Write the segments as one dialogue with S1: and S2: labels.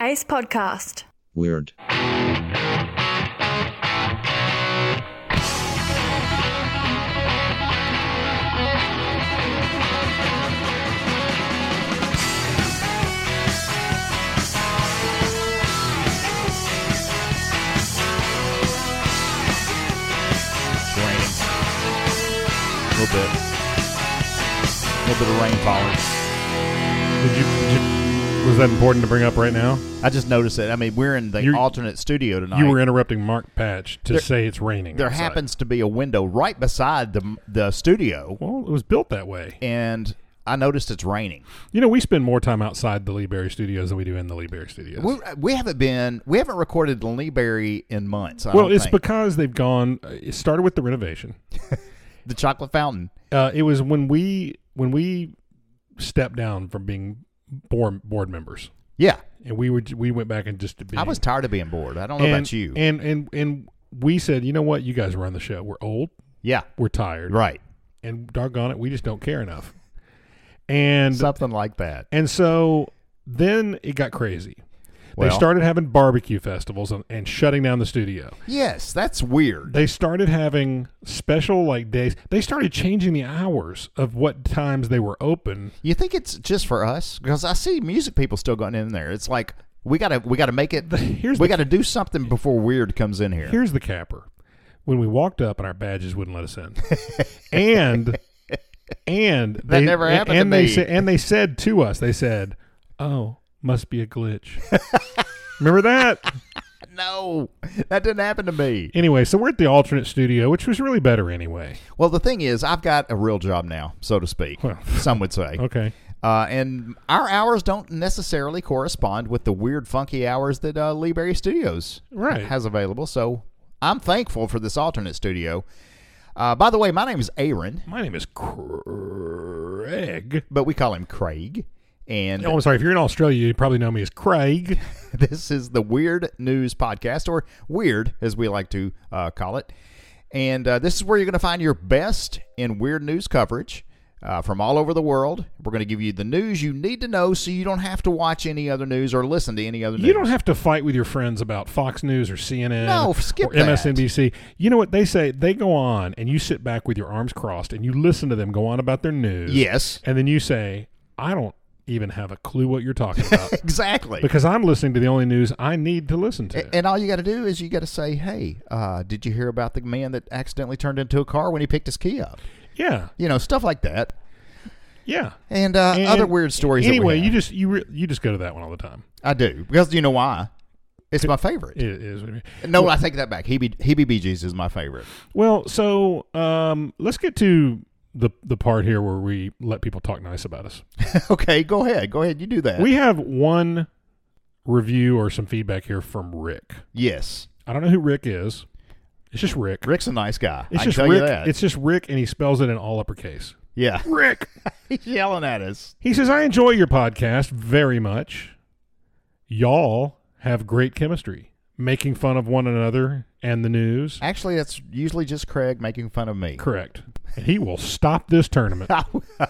S1: Space Podcast.
S2: Weird.
S3: It's raining. A little bit. A little bit of rain falling.
S4: Did you, did you- was that important to bring up right now?
S3: I just noticed it. I mean, we're in the
S4: You're-
S3: alternate studio tonight.
S4: You were interrupting Mark Patch to
S3: There-
S4: say it's raining.
S3: there
S4: outside.
S3: happens to be a window right beside the the studio,
S4: Well, it was built that way.
S3: and I noticed it's raining.
S4: You know, we spend more time outside the Lee Berry Studios than we do in the Lee Berry Studios.
S3: We, we haven't been we haven't recorded in Lee Berry in months. I
S4: well,
S3: don't
S4: it's
S3: think.
S4: because they've gone. uh, It started with the renovation.
S3: the chocolate fountain.
S4: Uh, it was when we when we stepped down from being board, board members,
S3: Yeah,
S4: and we were we went back and just. Being,
S3: I was tired of being bored. I don't know
S4: and,
S3: about you.
S4: And and and we said, you know what? You guys run the show. We're old.
S3: yeah,
S4: We're tired.
S3: right.
S4: And doggone it, we just don't care enough. And
S3: Something like that.
S4: And so then it got crazy.
S3: Well-
S4: they started having barbecue festivals and, and shutting down the studio.
S3: Yes, that's weird.
S4: They started having special like days. They started changing the hours of what times they were open.
S3: You think it's just for us? Because I see music people still going in there. It's like we gotta we gotta make it.
S4: here's
S3: we
S4: the-
S3: gotta do something before weird comes in here.
S4: Here's the capper. When we walked up and our badges wouldn't let us in. and and that they,
S3: never happened to
S4: and they
S3: me.
S4: sa- and they said to us, they said, "Oh, must be a glitch." Remember that?
S3: No, that didn't happen to me.
S4: Anyway, so we're at the alternate studio, which was really better anyway.
S3: Well, the thing is, I've got a real job now, so to speak.
S4: Well,
S3: Some would say.
S4: Okay.
S3: Uh, and our hours don't necessarily correspond with the weird, funky hours that uh, Lee Berry Studios
S4: Right.
S3: has available. So I'm thankful for this alternate studio. Uh, by the way, my name is Aaron,
S4: My name is Craig.
S3: but we call him Craig. And
S4: Oh, I'm sorry. If you're in Australia, you probably know me as Craig.
S3: This is the Weird News Podcast, or Weird, as we like to uh, call it. And uh, this is where you're going to find your best in weird news coverage uh, from all over the world. We're going to give you the news you need to know so you don't have to watch any other news or listen to any other news.
S4: You don't have to fight with your friends about Fox News or CNN
S3: No, skip
S4: or
S3: that.
S4: MSNBC. You know what they say? They go on and you sit back with your arms crossed and you listen to them go on about their news.
S3: Yes,
S4: And then you say, I don't even have a clue what you're talking about
S3: exactly.
S4: because I'm listening to the only news I need to listen to.
S3: and all you got to do is you got to say, hey, uh, did you hear about the man that accidentally turned into a car when he picked his key up?
S4: yeah.
S3: You know, stuff like that.
S4: Yeah.
S3: And, uh,
S4: And-
S3: other weird stories. that we
S4: Anyway,
S3: have.
S4: you just you re- you just go to that one all the time.
S3: I do. Because you know why? It's my favorite.
S4: It is.
S3: No, I take that back. Hebe Hebe Bee Gees is my favorite.
S4: Well, so um, let's get to the the part here where we let people talk nice about us.
S3: okay, go ahead. Go ahead. You do that.
S4: We have one review or some feedback here from Rick.
S3: yes.
S4: I don't know who Rick is. It's just Rick.
S3: Rick's a nice guy.
S4: It's
S3: I
S4: just
S3: can tell
S4: Rick.
S3: you that.
S4: It's just Rick, and he spells it in all uppercase.
S3: yeah.
S4: Rick.
S3: He's yelling at us.
S4: He says, "I enjoy your podcast very much. Y'all have great chemistry, making fun of one another and the news.
S3: Actually, that's usually just Craig making fun of me.
S4: Correct. And he will stop this tournament."
S3: I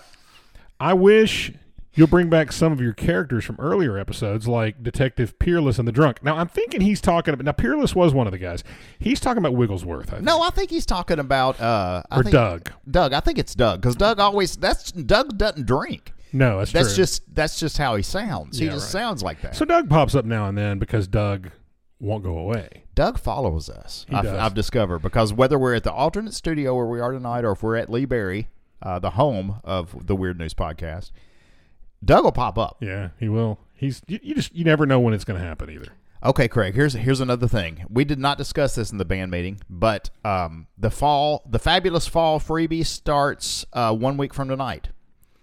S4: I wish you'll bring back some of your characters from earlier episodes, like Detective Peerless and the Drunk. Now, I'm thinking he's talking about. Now, Peerless was one of the guys. He's talking about Wigglesworth. I think.
S3: no, I think he's talking about uh, I
S4: Or
S3: think-
S4: Doug.
S3: Doug, I think it's Doug because Doug always that's Doug doesn't drink.
S4: no, that's,
S3: That's
S4: true.
S3: just that's just how he sounds. he
S4: Yeah,
S3: just
S4: right.
S3: sounds like that.
S4: so. Doug pops up now and then because Doug won't go away.
S3: Doug follows us.
S4: He
S3: I've,
S4: does.
S3: I've discovered because whether we're at the alternate studio where we are tonight, or if we're at Lee Berry, uh, the home of the Weird News Podcast, Doug will pop up.
S4: Yeah, he will. He's you, you just you never know when it's going to happen either.
S3: Okay, Craig. Here's here's another thing. We did not discuss this in the band meeting, but um, the fall, the fabulous fall freebie starts uh, one week from tonight.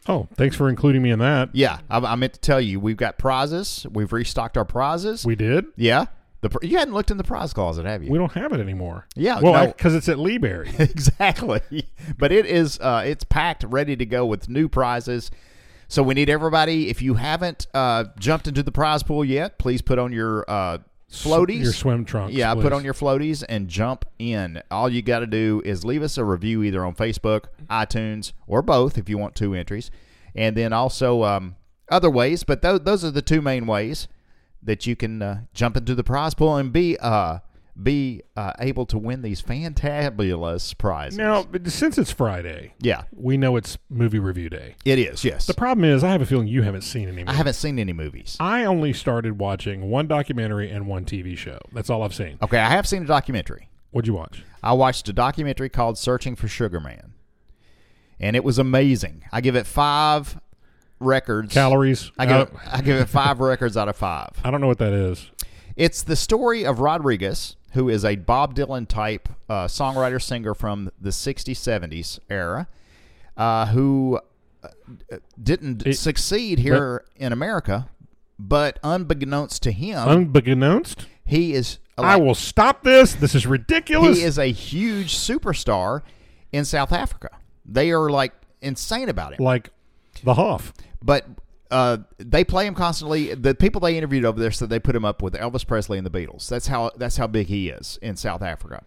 S4: Oh, thanks for including me in that.
S3: Yeah, I, I meant to tell you, we've got prizes. We've restocked our prizes.
S4: We did.
S3: yeah, the pr- you hadn't looked in the prize closet, have you?
S4: We don't have it anymore.
S3: Yeah,
S4: well,
S3: no.
S4: because it's at Leeberry.
S3: exactly but it is uh, it's packed ready to go with new prizes so we need everybody if you haven't uh, jumped into the prize pool yet please put on your uh, floaties
S4: your swim trunks.
S3: yeah
S4: please.
S3: put on your floaties and jump in all you got to do is leave us a review either on facebook itunes or both if you want two entries and then also um, other ways but tho- those are the two main ways that you can uh, jump into the prize pool and be uh, be uh, able to win these fantabulous prizes.
S4: Now, but since it's Friday,
S3: Yeah,
S4: we know it's movie review day.
S3: it is. Yes,
S4: The problem is, I have a feeling you haven't seen any.
S3: I
S4: movies.
S3: haven't seen any movies.
S4: I only started watching one documentary and one TV show. That's all I've seen.
S3: Okay, I have seen a documentary.
S4: What'd you watch?
S3: I watched a documentary called Searching for Sugar Man. And it was amazing. I give it five records.
S4: Calories.
S3: I give,
S4: out-
S3: it, I give it five records out of five.
S4: I don't know what that is.
S3: It's the story of Rodriguez, who is a Bob Dylan type uh, songwriter singer from the 60s, 70s era, uh, who uh, didn't
S4: It-
S3: succeed here in America, but unbeknownst to him,
S4: Unbeknownst,
S3: he is.
S4: I will stop this. This is ridiculous.
S3: He is a huge superstar in South Africa. They are like insane about him.
S4: like the Hoff.
S3: But uh, they play him constantly. The people they interviewed over there said they put him up with Elvis Presley and the Beatles. That's how that's how big he is in South Africa.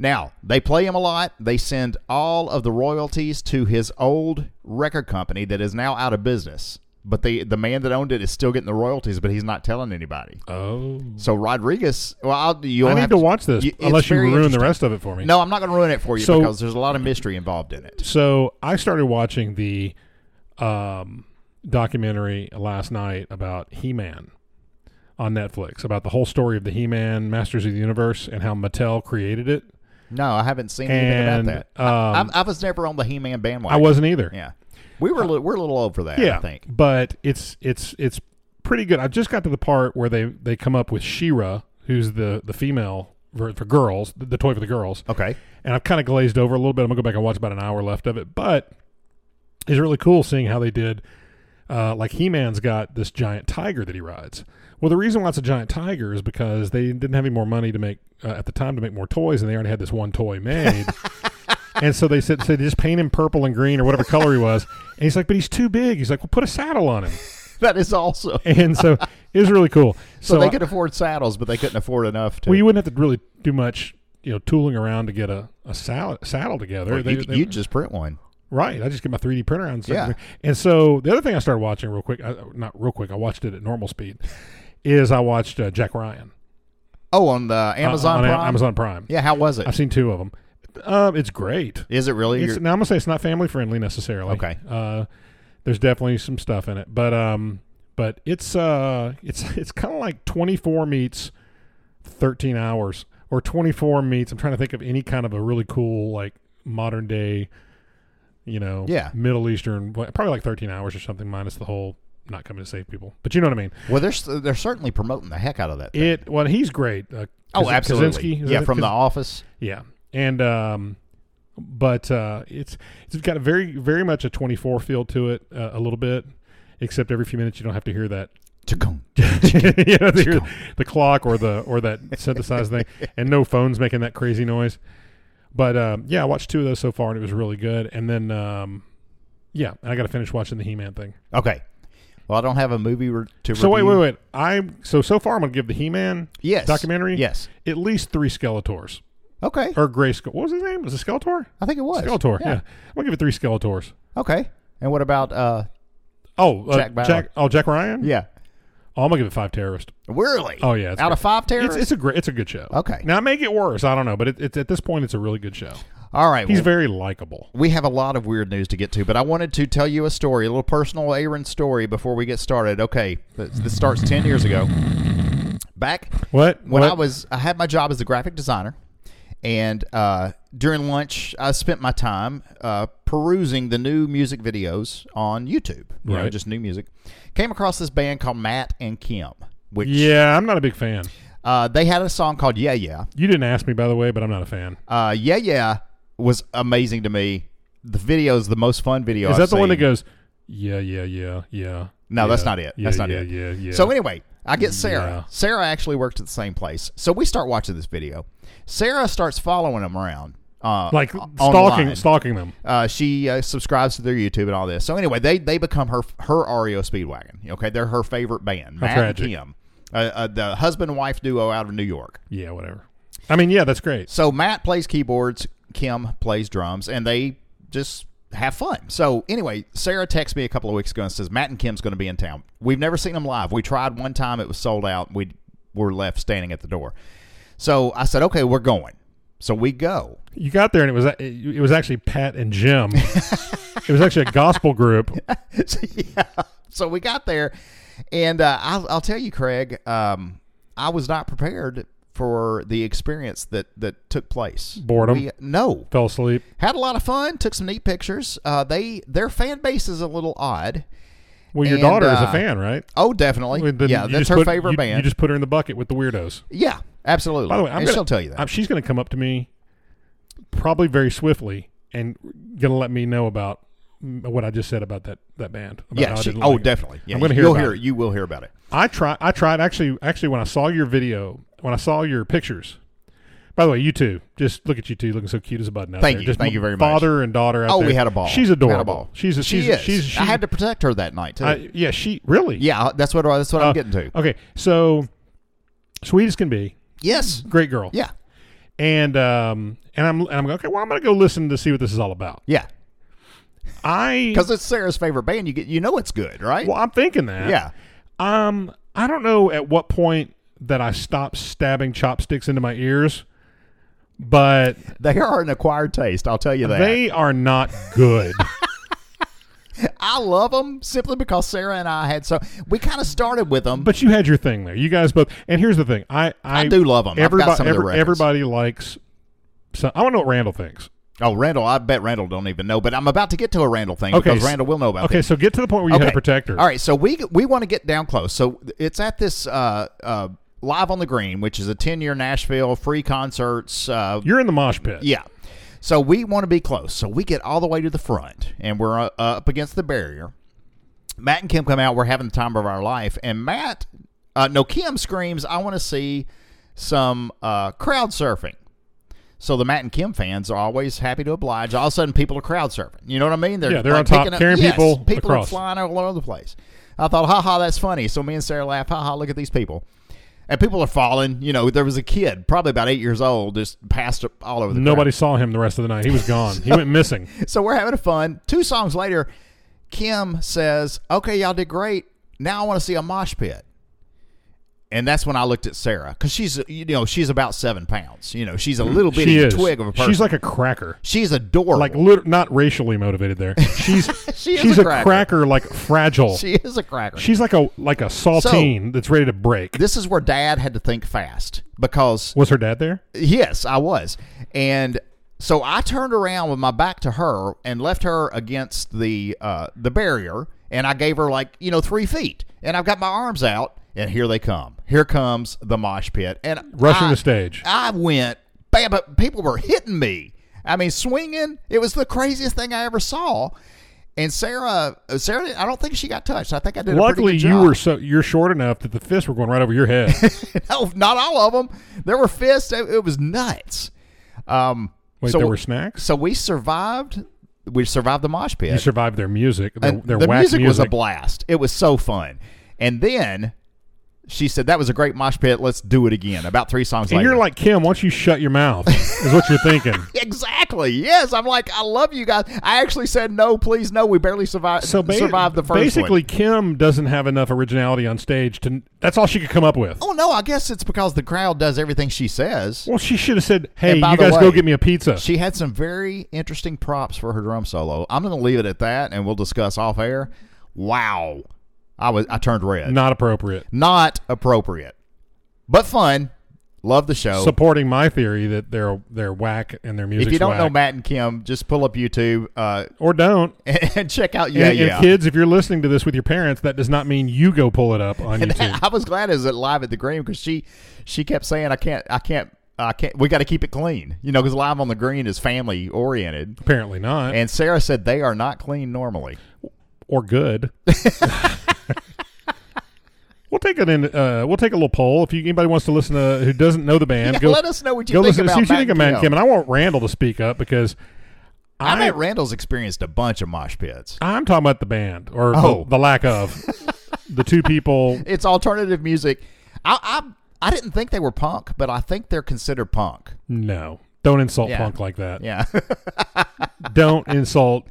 S3: Now they play him a lot. They send all of the royalties to his old record company that is now out of business. But the the man that owned it is still getting the royalties, but he's not telling anybody.
S4: Oh,
S3: So Rodriguez, well, I'll, you'll
S4: I
S3: have
S4: need to watch this
S3: you- it's
S4: unless you
S3: very
S4: ruin the
S3: interesting.
S4: rest of it for me.
S3: No, I'm not going to ruin it for you
S4: So-
S3: because there's a lot of mystery involved in it.
S4: So I started watching the um, documentary last night about He Man on Netflix about the whole story of the He Man Masters of the Universe and how Mattel created it.
S3: No, I haven't seen
S4: And
S3: anything about that. I,
S4: um,
S3: I, I was never on the He-Man
S4: I
S3: bandwagon.
S4: wasn't either.
S3: Yeah, we were li- we're a little over that.
S4: yeah,
S3: I think.
S4: but it's it's it's pretty good. I just got to the part where they they come up with Shira, who's the the female for, for girls, the, the toy for the girls,
S3: Okay.
S4: and I've kind of glazed over a little bit. I'm gonna go back and watch about an hour left of it, but it's really cool seeing how they did. Uh, like He Man's got this giant tiger that he rides. Well, the reason why it's a giant tiger is because they didn't have any more money to make uh, at the time to make more toys, and they already had this one toy made. and so they said, so they just paint him purple and green or whatever color he was. And he's like, but he's too big. He's like, well, put a saddle on him.
S3: That is also
S4: And so it was really cool.
S3: so,
S4: So,
S3: they
S4: I-
S3: could afford saddles, but they couldn't afford enough to.
S4: well, you wouldn't have to really do much, you know, tooling around to get a a saddle, saddle together.
S3: Or
S4: They-
S3: you,
S4: they-
S3: you'd just print one.
S4: Right. I just get my 3D printer out and stuff.
S3: Yeah.
S4: And so the other thing I started watching real quick, I, not real quick, I watched it at normal speed, is I watched uh, Jack Ryan.
S3: Oh, on the Amazon
S4: Uh, on A-
S3: Prime.
S4: Amazon Prime.
S3: Yeah. How was it?
S4: I've seen two of them. Um, it's great.
S3: Is it really?
S4: It's,
S3: your-
S4: now, I'm going to say it's not family friendly necessarily.
S3: Okay.
S4: Uh, there's definitely some stuff in it. But um, but it's uh, it's it's kind of like 24 meets 13 hours or 24 meets. I'm trying to think of any kind of a really cool, like, modern day, you know,
S3: Yeah.
S4: Middle Eastern, probably like 13 hours or something, minus the whole not coming to save people. But you know what I mean?
S3: well, they're s- they're certainly promoting the heck out of that. Thing.
S4: It, well, he's great. Uh,
S3: oh,
S4: Kaz-
S3: absolutely.
S4: Kaczynski, is
S3: yeah,
S4: that-
S3: from the
S4: Kaz-
S3: Office.
S4: yeah, and um, but uh, it's it's got a very very much a twenty four feel to it uh, a little bit, except every few minutes you don't have to hear that
S3: Chugong.
S4: you don't have to hear the clock or the or that synthesized thing, and no phones making that crazy noise. But um, yeah, I watched two of those so far, and it was really good. And then um, yeah, and I got to finish watching the He Man thing.
S3: Okay. Well, I don't have a movie re- to.
S4: So wait
S3: review.
S4: wait wait, I so so far I'm gonna give the He Man
S3: Yes.
S4: documentary
S3: Yes.
S4: at least three Skeletors
S3: Okay.
S4: or Gray. Ske- What was his name? Was it Skeletor?
S3: I think it was
S4: Skeletor. Yeah. I'm gonna give it three Skeletors.
S3: Okay. And what about uh
S4: Oh, uh,
S3: Jack Bauer.
S4: Jack. Oh, Jack Ryan.
S3: yeah.
S4: Oh, I'm gonna give it five terrorist.
S3: Really?
S4: Oh yeah, it's
S3: Out
S4: great.
S3: of five
S4: It's,
S3: terrorists?
S4: it's a great. It's a good show.
S3: Okay.
S4: Now I may get worse. I don't know, but it, it's at this point, it's a really good show.
S3: All right.
S4: He's
S3: well,
S4: very likable.
S3: we have a lot of weird news to get to, but I wanted to tell you a story, a little personal Aaron story before we get started. Okay. This, this starts 10 years ago. Back
S4: What?
S3: when
S4: what?
S3: I was, I had my job as a graphic designer, and uh, during lunch, I spent my time uh, perusing the new music videos on YouTube. You know,
S4: Right.
S3: just new music. Came across this band called Matt and Kim, which
S4: Yeah, I'm not a big fan.
S3: uh, they had a song called Yeah Yeah.
S4: You didn't ask me, by the way, but I'm not a fan.
S3: Uh, yeah, yeah, was amazing to me. The video is the most fun video.
S4: Is
S3: I've
S4: that the one that
S3: seen.
S4: goes? Yeah, yeah, yeah, yeah.
S3: No,
S4: yeah,
S3: that's not it.
S4: Yeah,
S3: That's not
S4: yeah,
S3: it.
S4: Yeah, yeah.
S3: So anyway, I get Sarah.
S4: Yeah.
S3: Sarah actually worked at the same place, so we start watching this video. Sarah starts following them around, uh,
S4: like
S3: o-
S4: stalking,
S3: online.
S4: stalking them.
S3: Uh, she uh, subscribes to their YouTube and all this. So anyway, they they become her her REO Speedwagon. Okay, they're her favorite band. Matt
S4: tragic.
S3: and Kim, uh, uh, the husband and wife duo out of New York.
S4: Yeah, whatever. I mean, yeah, that's great.
S3: So Matt plays keyboards, Kim plays drums, and they just have fun. So anyway, Sarah texts me a couple of weeks ago and says Matt and Kim's going to be in town. We've never seen them live. We tried one time; it was sold out. We were left standing at the door. So I said, "Okay, we're going." So we go.
S4: You got there, and it was it, it was actually Pat and Jim. it was actually a gospel group.
S3: so, yeah. so we got there, and uh, I'll, I'll tell you, Craig, um, I was not prepared for the experience that that took place.
S4: Boredom.
S3: We- no,
S4: Fell asleep.
S3: had a lot of fun. Took some neat pictures. Uh, they their fan base is a little odd.
S4: Well, your
S3: And,
S4: daughter is
S3: uh,
S4: a fan, right?
S3: Oh, definitely.
S4: Well, then
S3: yeah,
S4: you
S3: that's
S4: just
S3: her
S4: put-
S3: favorite
S4: you-
S3: band.
S4: You just put her in the bucket with the weirdos.
S3: yeah, absolutely.
S4: By the way, I'm
S3: and
S4: gonna,
S3: she'll tell you that.
S4: I'm- she's going to come up to me, probably very swiftly, and going to let me know about mm, what I just said about that that band. about
S3: yeah.
S4: how I
S3: She,
S4: didn't
S3: oh,
S4: like it.
S3: definitely. Yeah,
S4: I'm gonna hear
S3: You'll
S4: about
S3: hear.
S4: it.
S3: You will hear about it.
S4: I try. I tried actually. Actually, when I saw your video, when I saw your pictures. By the way, you two, just look at you two looking so cute as a button out
S3: Thank
S4: there.
S3: you.
S4: Just
S3: Thank
S4: my
S3: you very much.
S4: Father and daughter. Out
S3: Oh,
S4: there.
S3: we had a ball.
S4: She's
S3: We had a
S4: adorable.
S3: ball.
S4: She's a,
S3: She
S4: she's
S3: is.
S4: she's she,
S3: I had to protect her that night too.
S4: I- yeah, she really.
S3: yeah, that's what that's what
S4: Uh,
S3: I'm getting to.
S4: Okay, so sweet as can be,
S3: Yes.
S4: great girl.
S3: Yeah.
S4: and um and I'm and I'm going okay. Well, I'm going to go listen to see what this is all about.
S3: Yeah.
S4: I
S3: Because it's Sarah's favorite band. You get. You know it's good, right?
S4: well, I'm thinking that.
S3: yeah.
S4: Um, I don't know at what point that I stopped stabbing chopsticks into my ears, but
S3: They are an acquired taste. I'll tell you that.
S4: they are not good.
S3: I love them simply because Sarah and I had so we kind of started with them.
S4: but you had your thing there. You guys both. And here's the thing. I I,
S3: I do love them. I've got
S4: Everybody
S3: some of their
S4: every-
S3: records.
S4: everybody likes. So I want to know what Randall thinks.
S3: Oh, Randall, I bet Randall don't even know, but I'm about to get to a Randall thing
S4: Okay,
S3: because
S4: s-
S3: Randall will know about
S4: Okay,
S3: this.
S4: so get to the point where you had a protector.
S3: All right, so we we want to get down close. So it's at this uh, uh, live on the green, which is a 10 year Nashville free concerts. Uh,
S4: You're in the mosh pit.
S3: yeah. So we want to be close. So we get all the way to the front, and we're uh, up against the barrier. Matt and Kim come out. We're having the time of our life, and Matt, uh, no, Kim screams, "I want to see some uh, crowd surfing." So the Matt and Kim fans are always happy to oblige. All of a sudden, people are crowd surfing. You know what I mean?
S4: Yeah, they're on top,
S3: picking
S4: carrying
S3: yes,
S4: people
S3: People are
S4: across.
S3: flying all over the place. I thought, ha ha, that's funny. So me and Sarah laugh, ha ha, look at these people. And people are falling. You know, there was a kid, probably about eight years old, just passed all over the crowd.
S4: Nobody saw him the rest of the night. He was gone. he went missing.
S3: So we're having fun. Two songs later, Kim says, "Okay, y'all did great. Now I want to see a mosh pit." And that's when I looked at Sarah because she's you know she's about seven pounds. You know she's a little bitty
S4: She is.
S3: twig of a person.
S4: She's like a cracker.
S3: she's adorable.
S4: Like lit- not racially motivated there. She's
S3: She is
S4: she's
S3: a
S4: a,
S3: cracker.
S4: cracker. like fragile.
S3: she is a cracker.
S4: she's like a like a saltine that's ready to break.
S3: this is where Dad had to think fast because
S4: Was her dad there?
S3: yes, I was, and so I turned around with my back to her and left her against the uh, the barrier, and I gave her like you know three feet, and I've got my arms out, and here they come. Here comes the mosh pit, and
S4: Rushing
S3: I-
S4: the stage.
S3: I went, bam, but people were hitting me. I mean, swinging. It was the craziest thing I ever saw. And Sarah, uh, Sarah, I don't think she got touched. I think I did. a
S4: Luckily,
S3: pretty good
S4: you
S3: job.
S4: were so you're short enough that the fists were going right over your head.
S3: no, not all of them. There were fists. It, it was nuts. Um,
S4: Wait,
S3: so,
S4: there were snacks.
S3: so we survived. We survived the mosh pit.
S4: You survived their music. Their,
S3: And
S4: their
S3: the
S4: whack
S3: music, was a blast. It was so fun. And then she said, "That was a great mosh pit. Let's do it again." About three songs
S4: and
S3: later,
S4: you're like Kim. Why don't you shut your mouth? Is what you're thinking.
S3: Exactly. Yes, I'm like, I love you guys. I actually said no, please, no. We barely survived.
S4: So ba-
S3: survived the first
S4: basically,
S3: one.
S4: Kim doesn't have enough originality on stage to. That's all she could come up with.
S3: Oh no, I guess it's because the crowd does everything she says.
S4: Well, she should have said, "Hey,
S3: And
S4: you
S3: by the
S4: guys
S3: way,
S4: go get me a pizza."
S3: She had some very interesting props for her drum solo. I'm going to leave it at that, and we'll discuss off air. Wow, I was I turned red.
S4: Not appropriate.
S3: Not appropriate, but fun. Love the show.
S4: Supporting my theory that they're they're whack and their music's
S3: if you don't
S4: whack.
S3: know Matt and Kim, just pull up YouTube uh,
S4: or don't.
S3: and, check out. Yeah,
S4: and, and
S3: yeah.
S4: kids, if you're listening to this with your parents, that does not mean you go pull it up on YouTube.
S3: I was glad it was at live at the green because she she kept saying I can't I can't I can't we got to keep it clean you know because live on the green is family oriented
S4: Apparently not.
S3: and Sarah said they are not clean normally
S4: or good. we'll take it in. Uh, we'll take a little poll if you, anybody wants to listen to who doesn't know the band.
S3: Yeah,
S4: go,
S3: let us know what you
S4: go
S3: think
S4: listen to
S3: about
S4: see what
S3: Matt
S4: you think of
S3: and
S4: Matt
S3: Kim.
S4: and Kim. And I want Randall to speak up because
S3: I,
S4: I
S3: bet Randall's experienced a bunch of mosh pits
S4: I'm talking about the band or the-
S3: Oh.
S4: the, lack of the two people.
S3: it's alternative music I I, I didn't think they were punk but I think they're considered punk
S4: No, don't insult
S3: Yeah.
S4: punk like that.
S3: yeah
S4: Don't insult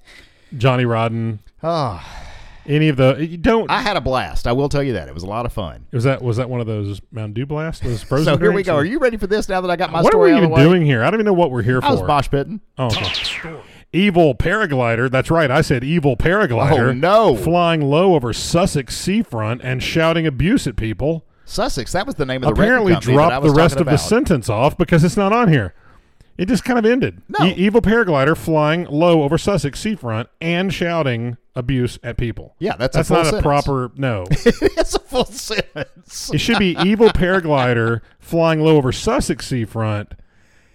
S4: Johnny Rodden,
S3: Ah,
S4: any of the you don't.
S3: I had a blast. I will tell you that it was a lot of fun.
S4: was that was that one of those Mountain Dew blasts? Those frozen
S3: So here we
S4: drinks?
S3: go. Are you ready for this? Now that I got my
S4: What are
S3: story
S4: we
S3: out of
S4: even
S3: the way,
S4: doing here? I don't even know what we're here
S3: I was
S4: for.
S3: mosh pitting.
S4: Oh, okay. Evil paraglider. That's right. I said evil paraglider.
S3: Oh, no.
S4: Flying low over Sussex seafront and shouting abuse at people.
S3: Sussex. That was the name of the record
S4: Apparently,
S3: company that I
S4: dropped the
S3: was
S4: rest
S3: talking
S4: of the
S3: about.
S4: sentence off because it's not on here. It just kind of ended. E-,
S3: No.
S4: evil paraglider flying low over Sussex seafront and shouting abuse at people.
S3: Yeah, that's,
S4: That's
S3: a full
S4: not a
S3: sentence.
S4: proper no.
S3: it's a full sentence.
S4: It should be evil paraglider flying low over Sussex seafront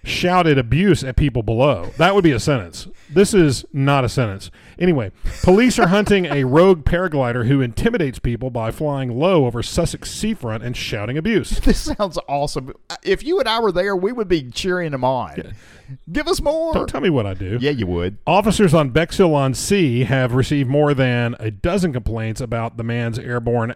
S4: shouted abuse at people below. That would be a sentence. This is not a sentence. Anyway, police are hunting a rogue paraglider who intimidates people by flying low over Sussex seafront and shouting abuse.
S3: This sounds awesome. If you and I were there, we would be cheering him on. Give us more.
S4: Don't tell me what I do.
S3: yeah, you would.
S4: Officers on Bexhill on Sea have received more than a dozen complaints about the man's airborne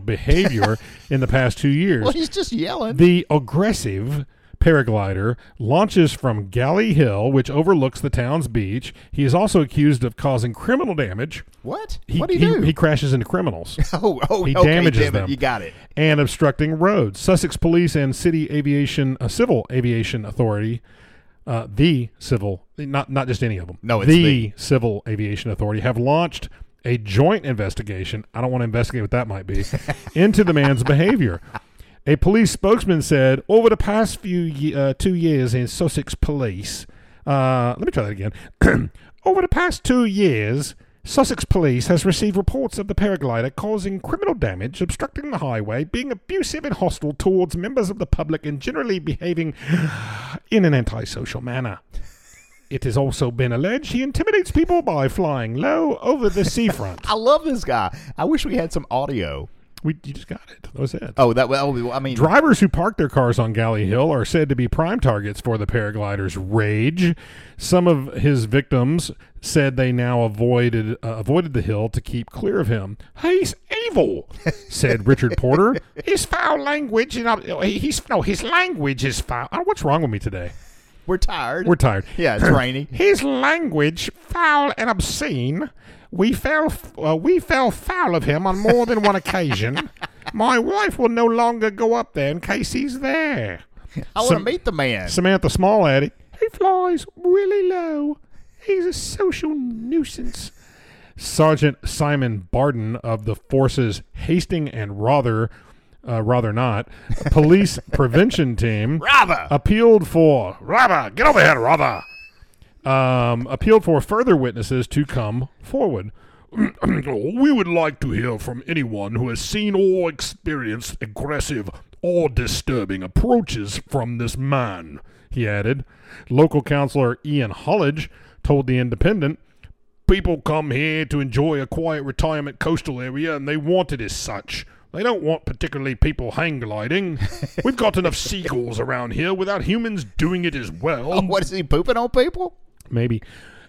S4: behavior in the past two years.
S3: Well, he's just yelling.
S4: The aggressive paraglider launches from Galley Hill, which overlooks the town's beach. He is also accused of causing criminal damage.
S3: what?
S4: He,
S3: what do you
S4: he,
S3: do?
S4: he crashes into criminals
S3: oh, oh,
S4: he
S3: okay,
S4: damages
S3: damn it,
S4: them.
S3: You got it.
S4: and obstructing roads. Sussex Police and City Aviation, uh, Civil Aviation Authority, uh, the Civil, not not just any of them.
S3: No, it's
S4: Civil Aviation Authority have launched a joint investigation. I don't want to investigate what that might be into the man's behavior. A police spokesman said, over the past few ye- uh, two years in Sussex Police, uh, let me try that again. over the past two years, Sussex Police has received reports of the paraglider causing criminal damage, obstructing the highway, being abusive and hostile towards members of the public, and generally behaving in an antisocial manner. It has also been alleged he intimidates people by flying low over the seafront.
S3: I love this guy. I wish we had some audio.
S4: we you just got it. That was it.
S3: Oh, that well, I mean,
S4: Drivers who park their cars on Galley Hill are said to be prime targets for the paraglider's rage. Some of his victims said they now avoided uh, avoided the hill to keep clear of him. He's evil, said Richard Porter. His foul language and uh, he's no, his language is foul. Oh, what's wrong with me today?
S3: we're tired.
S4: We're tired.
S3: yeah, it's rainy.
S4: His language foul and obscene. We fell uh, we fell foul of him on more than one occasion. My wife will no longer go up there in case he's there.
S3: I want to
S4: Some-
S3: meet the man.
S4: Samantha Small added, "He flies really low. He's a social nuisance." Sergeant Simon Barden of the forces Hasting and Rother, uh, rather not, police prevention team
S3: Bravo.
S4: Uh, appealed for Robber, get over here, Robber. Um, appealed for further witnesses to come forward.
S1: We would like to hear from anyone who has seen or experienced aggressive or disturbing approaches from this man.
S4: He added. Local councillor Ian Hollidge told the Independent,
S1: People come here to enjoy a quiet retirement coastal area and they want it as such. They don't want particularly people hang gliding. We've got enough seagulls around here without humans doing it as well.
S3: what is he pooping on people?
S4: maybe.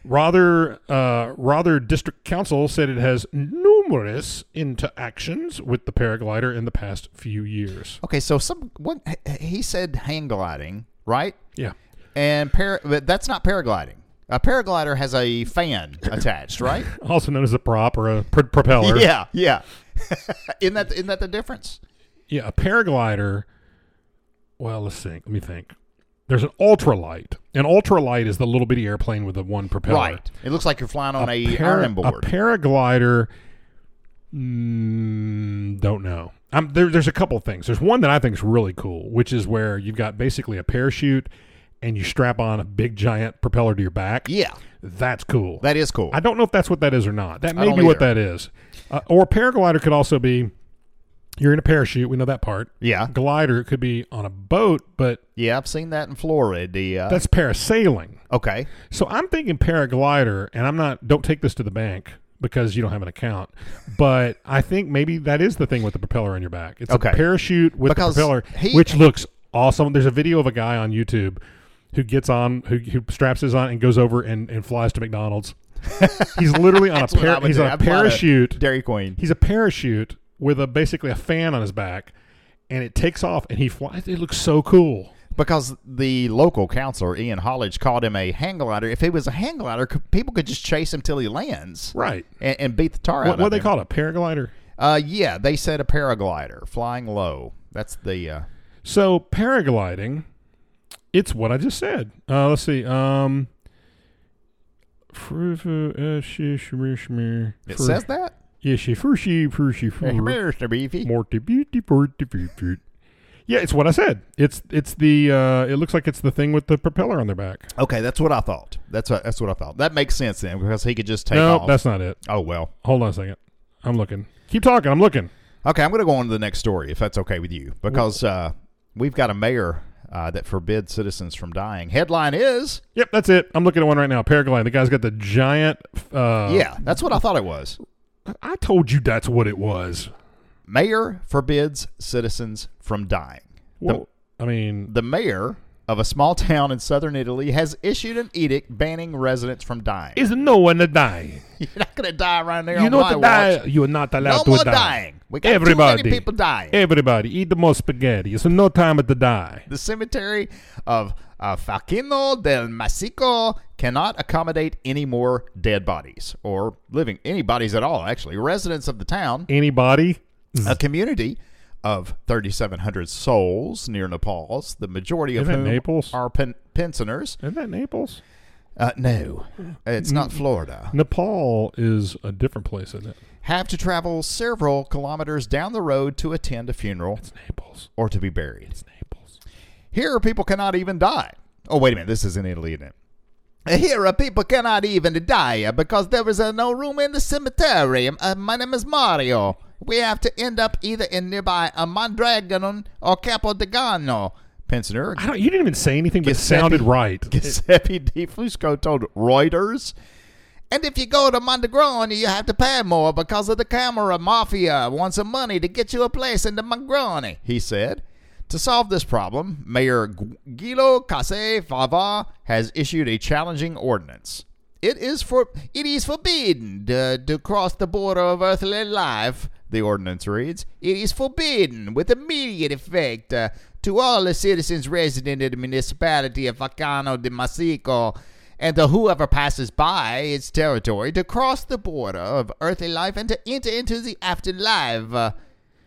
S4: Rather, uh, Rather District Council said it has numerous interactions with the paraglider in the past few years.
S3: Okay, so some what he said hang gliding, right?
S4: Yeah.
S3: And para, but that's not paragliding. A paraglider has a fan attached, right?
S4: Also known as a prop or a pr- propeller.
S3: yeah, yeah. isn't that isn't that the difference?
S4: Yeah, a paraglider. Well, let's think. Let me think. There's an ultralight. An ultralight is the little bitty airplane with the one propeller.
S3: Right. It looks like you're flying on a,
S4: Para-
S3: iron
S4: a
S3: board.
S4: paraglider. Mm, don't know. Um there, there's a couple things. There's one that I think is really cool, which is where you've got basically a parachute and you strap on a big giant propeller to your back.
S3: yeah,
S4: That's cool.
S3: that is cool.
S4: I don't know if that's what that is or not. That may
S3: don't
S4: be what
S3: either.
S4: that is. Uh, or paraglider could also be you're in a parachute. We know that part
S3: yeah,
S4: glider could be on a boat, but
S3: yeah. I've seen that in Florida. uh,
S4: that's parasailing.
S3: okay.
S4: So I'm thinking paraglider, and I'm not. Don't take this to the bank because you don't have an account. But I think maybe that is the thing with the propeller on your back. It's
S3: Okay.
S4: a parachute with
S3: Because
S4: the propeller,
S3: he-
S4: which looks awesome. There's a video of a guy on YouTube who gets on, who, who straps his on, and goes over and, and flies to McDonald's. He's literally on a
S3: That's what I
S4: par-
S3: would
S4: he's
S3: do.
S4: on a
S3: I'd fly to
S4: parachute
S3: Dairy Queen.
S4: he's a parachute with a basically a fan on his back and it takes off and he flies it looks so cool
S3: because the local counselor Ian Hollidge called him a hang glider. If he was a hang glider, c- people could just chase him till he lands
S4: Right.
S3: and, and beat the tar
S4: What
S3: out
S4: what
S3: of
S4: they
S3: him.
S4: call it? A paraglider.
S3: Uh, yeah, they said a paraglider, flying low. That's the uh,
S4: So paragliding, it's what I just said. Uh, let's see. Um, eh,
S3: it
S4: it
S3: says that. Eh,
S4: Yeah, she frushi frushi frushi.
S3: Mr. Beefy.
S4: Morty beauty forty feet feet. Yeah, it's what I said. It's it's the uh, it looks like it's the thing with the propeller on their back.
S3: Okay, that's what I thought. That's what, that's what I thought. That makes sense then because he could just take
S4: no,
S3: off.
S4: that's not it.
S3: oh well.
S4: Hold on a second. I'm looking. Keep talking. I'm looking.
S3: Okay, I'm going to go on to the next story if that's okay with you because uh, we've got a mayor uh, that forbids citizens from dying. Headline is
S4: Yep, that's it. I'm looking at one right now. Paragliding. The guy's got the giant. Uh,
S3: yeah, that's what I thought it was.
S4: I told you that's what it was.
S3: Mayor forbids citizens from dying. The-
S4: Well, I mean,
S3: the mayor of a small town in southern Italy has issued an edict banning residents from dying.
S4: is no one to die.
S3: You're not going to die right there
S4: You
S3: on
S4: know
S3: my
S4: to
S3: watch.
S4: die. You're not allowed
S3: No
S4: to
S3: more
S4: die.
S3: dying. We got too
S4: Everybody.
S3: many people dying.
S4: Everybody, eat the most spaghetti. It's no time to die.
S3: the cemetery of uh, Facchino del Masico cannot accommodate any more dead bodies or living any bodies at all. Actually, residents of the town,
S4: Anybody?
S3: a community of 3,700 souls near Naples, the majority of
S4: Isn't it
S3: whom
S4: Naples?
S3: are pen- pensioners.
S4: Isn't that Naples?
S3: Uh, no, it's not Florida.
S4: Nepal is a different place, isn't it?
S3: have to travel several kilometers down the road to attend a funeral
S4: It's Naples.
S3: or to be buried.
S4: It's Naples.
S3: Here, people cannot even die. Oh, wait a minute. This is in Italy, isn't it? Here, people cannot even die because there is uh, no room in the cemetery. Uh, my name is Mario. We have to end up either in nearby uh, Mondragon or Capodegano. Pensioner
S4: I don't. You didn't even say anything, but it
S3: Giuseppe-
S4: sounded right.
S3: Giuseppe Di Fusco told Reuters. And if you go to Mondragon, you have to pay more because of the camera mafia wants some money to get you a place in the Mondragone, he said. To solve this problem, Mayor Gu- Guido Case Fava has issued a challenging ordinance. It is for it is forbidden to, to cross the border of earthly life. The ordinance reads: It is forbidden, with immediate effect, uh, to all the citizens resident in the municipality of Facano de Masico, and to whoever passes by its territory to cross the border of earthly life and to enter into the afterlife. Uh,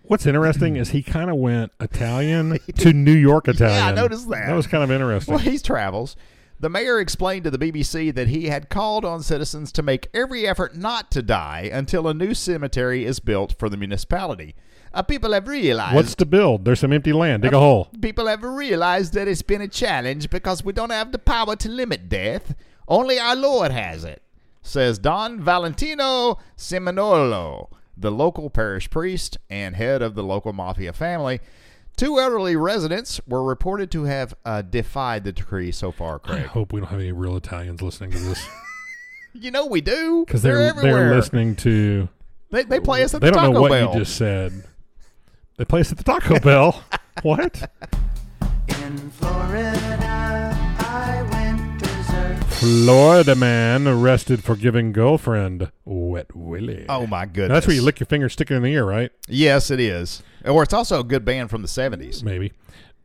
S4: What's interesting is he kind of went Italian to New York Italian.
S3: noticed that.
S4: That was kind of interesting.
S3: Well, he travels. The mayor explained to the BBC that he had called on citizens to make every effort not to die until a new cemetery is built for the municipality. Uh, people have realized.
S4: What's to build? There's some empty land. Dig a hole.
S3: People have realized that it's been a challenge because we don't have the power to limit death. Only our Lord has it, says Don Valentino Seminolo, the local parish priest and head of the local mafia family. Two elderly residents were reported to have uh, defied the decree so far,
S4: I
S3: Craig.
S4: hope we don't have any real Italians listening to this
S3: You know we do
S4: because they're
S3: everywhere.
S4: they're listening to.
S3: They, they play us at
S4: They
S3: the
S4: don't
S3: Taco
S4: know what
S3: Bell.
S4: you just said. They play us at the Taco Bell. What?
S2: In Florida, I went berserk.
S4: Florida man arrested for giving girlfriend wet willy.
S3: oh my goodness!
S4: Now, that's where you lick your finger, stick it in the ear, right?
S3: Yes, it is. Or it's also a good band from the seventies.
S4: Maybe.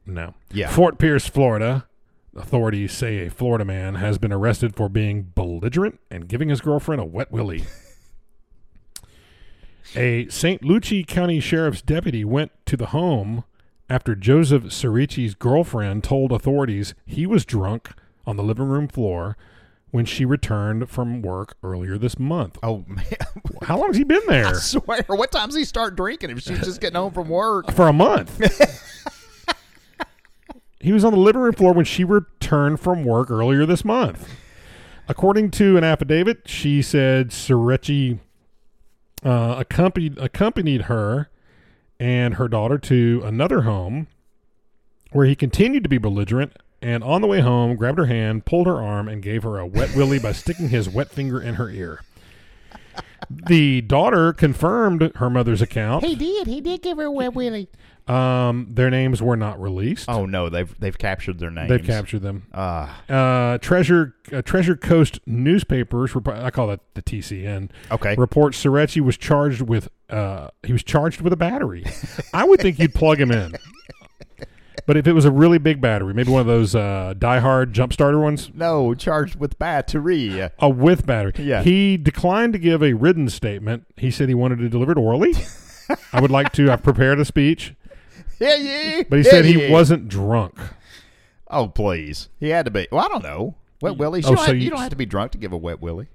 S4: No.
S3: Yeah.
S4: Fort Pierce, Florida. Authorities say a Florida man has been arrested for being belligerent and giving his girlfriend a wet willy. a St. Lucie County Sheriff's deputy went to the home after Joseph Cerici's girlfriend told authorities he was drunk on the living room floor when she returned from work earlier this month.
S3: Oh man,
S4: How long's he been there?
S3: swear. What time's he start drinking if she's just getting home from work?
S4: for a month. he was on the living room floor when she returned from work earlier this month. According to an affidavit, she said Sorechi uh, accompanied accompanied her and her daughter to another home, where he continued to be belligerent. And on the way home, grabbed her hand, pulled her arm, and gave her a wet willy by sticking his wet finger in her ear. The daughter confirmed her mother's account.
S5: He did. He did give her a wet willy.
S4: Um, their names were not released.
S3: Oh no, they've they've captured their names.
S4: They've captured them.
S3: Uh,
S4: Uh, Treasure uh, Treasure Coast newspapers. Rep- I call that the TCN.
S3: okay.
S4: Reports Sorechi was charged with. Uh, he was charged with a battery. I would think you'd plug him in, But if it was a really big battery, maybe one of those uh, Die Hard jump starter ones,
S3: No, charged with battery.
S4: a with battery.
S3: Yeah.
S4: He declined to give a written statement. He said he wanted to deliver it orally. I would like to. I've prepared a speech,
S3: Yeah, yeah.
S4: but he
S3: yeah,
S4: said he
S3: yeah.
S4: wasn't drunk.
S3: Oh, please. He had to be. Well, I don't know. Wet willies.
S4: Oh,
S3: you, don't
S4: so
S3: have,
S4: you-
S3: you don't have to be drunk to give a wet willy.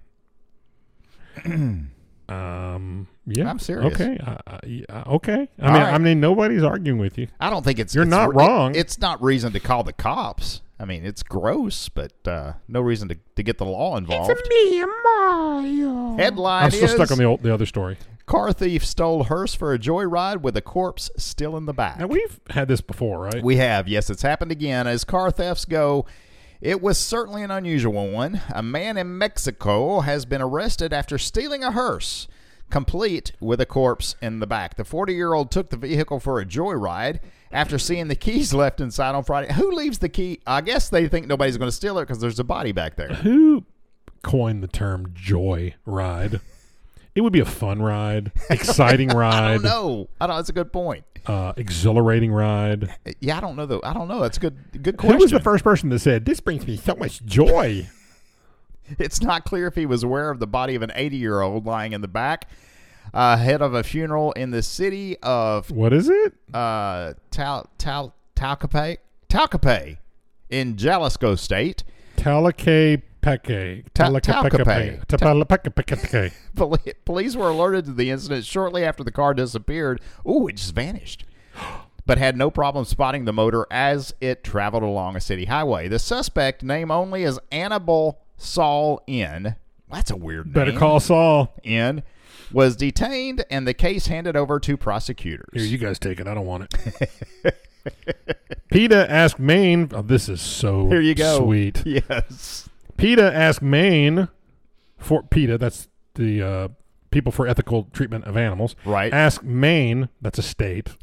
S4: Um, yeah,
S3: I'm serious.
S4: Okay, I- I- yeah, uh, okay. I
S3: All
S4: mean,
S3: right.
S4: I mean, nobody's arguing with you.
S3: I don't think it's.
S4: You're
S3: it's-
S4: not
S3: it-
S4: wrong.
S3: it's not reason to call the cops. I mean, it's gross, but uh, no reason to, to get the law involved.
S5: me, Mario.
S3: Headline
S4: I'm still
S3: is,
S4: stuck on the old, the other story.
S3: car thief stole hearse for a joyride with a corpse still in the back.
S4: Now we've had this before, right?
S3: We have, yes, it's happened again. As car thefts go, it was certainly an unusual one. A man in Mexico has been arrested after stealing a hearse, complete with a corpse in the back. The 40 year old took the vehicle for a joyride after seeing the keys left inside on Friday. Who leaves the key? I guess they think nobody's going to steal it because there's a body back there.
S4: Who coined the term joy ride? It would be a fun ride, exciting
S3: I
S4: ride,
S3: don't know. I don't. That's a good point.
S4: uh, exhilarating ride.
S3: Yeah, I don't know though. I don't know. That's a good. Good
S4: Who
S3: question.
S4: was the first person that said this brings me so much joy?
S3: It's not clear if he was aware of the body of an 80 year old lying in the back ahead of a funeral in the city of
S4: what is it?
S3: uh, Tal- Tal- Talcape, Talcape in Jalisco State.
S4: Talake peke.
S3: Ta-
S4: Talake
S3: Talcape. Ta-
S4: peke.
S3: Poli- Police were alerted to the incident shortly after the car disappeared. Ooh, it just vanished. But had no problem spotting the motor as it traveled along a city highway. The suspect, name only, is Annabelle Saul N. That's a weird
S4: Better
S3: name.
S4: call Saul.
S3: in was detained and the case handed over to
S4: Here,
S3: prosecutors.
S4: you guys take it. I don't want it. PETA asked Maine. Oh, this is so
S3: Here you go.
S4: sweet.
S3: Yes.
S4: PETA asked Maine for PETA, that's the uh, People for Ethical Treatment of Animals.
S3: Right.
S4: Ask Maine, that's a state,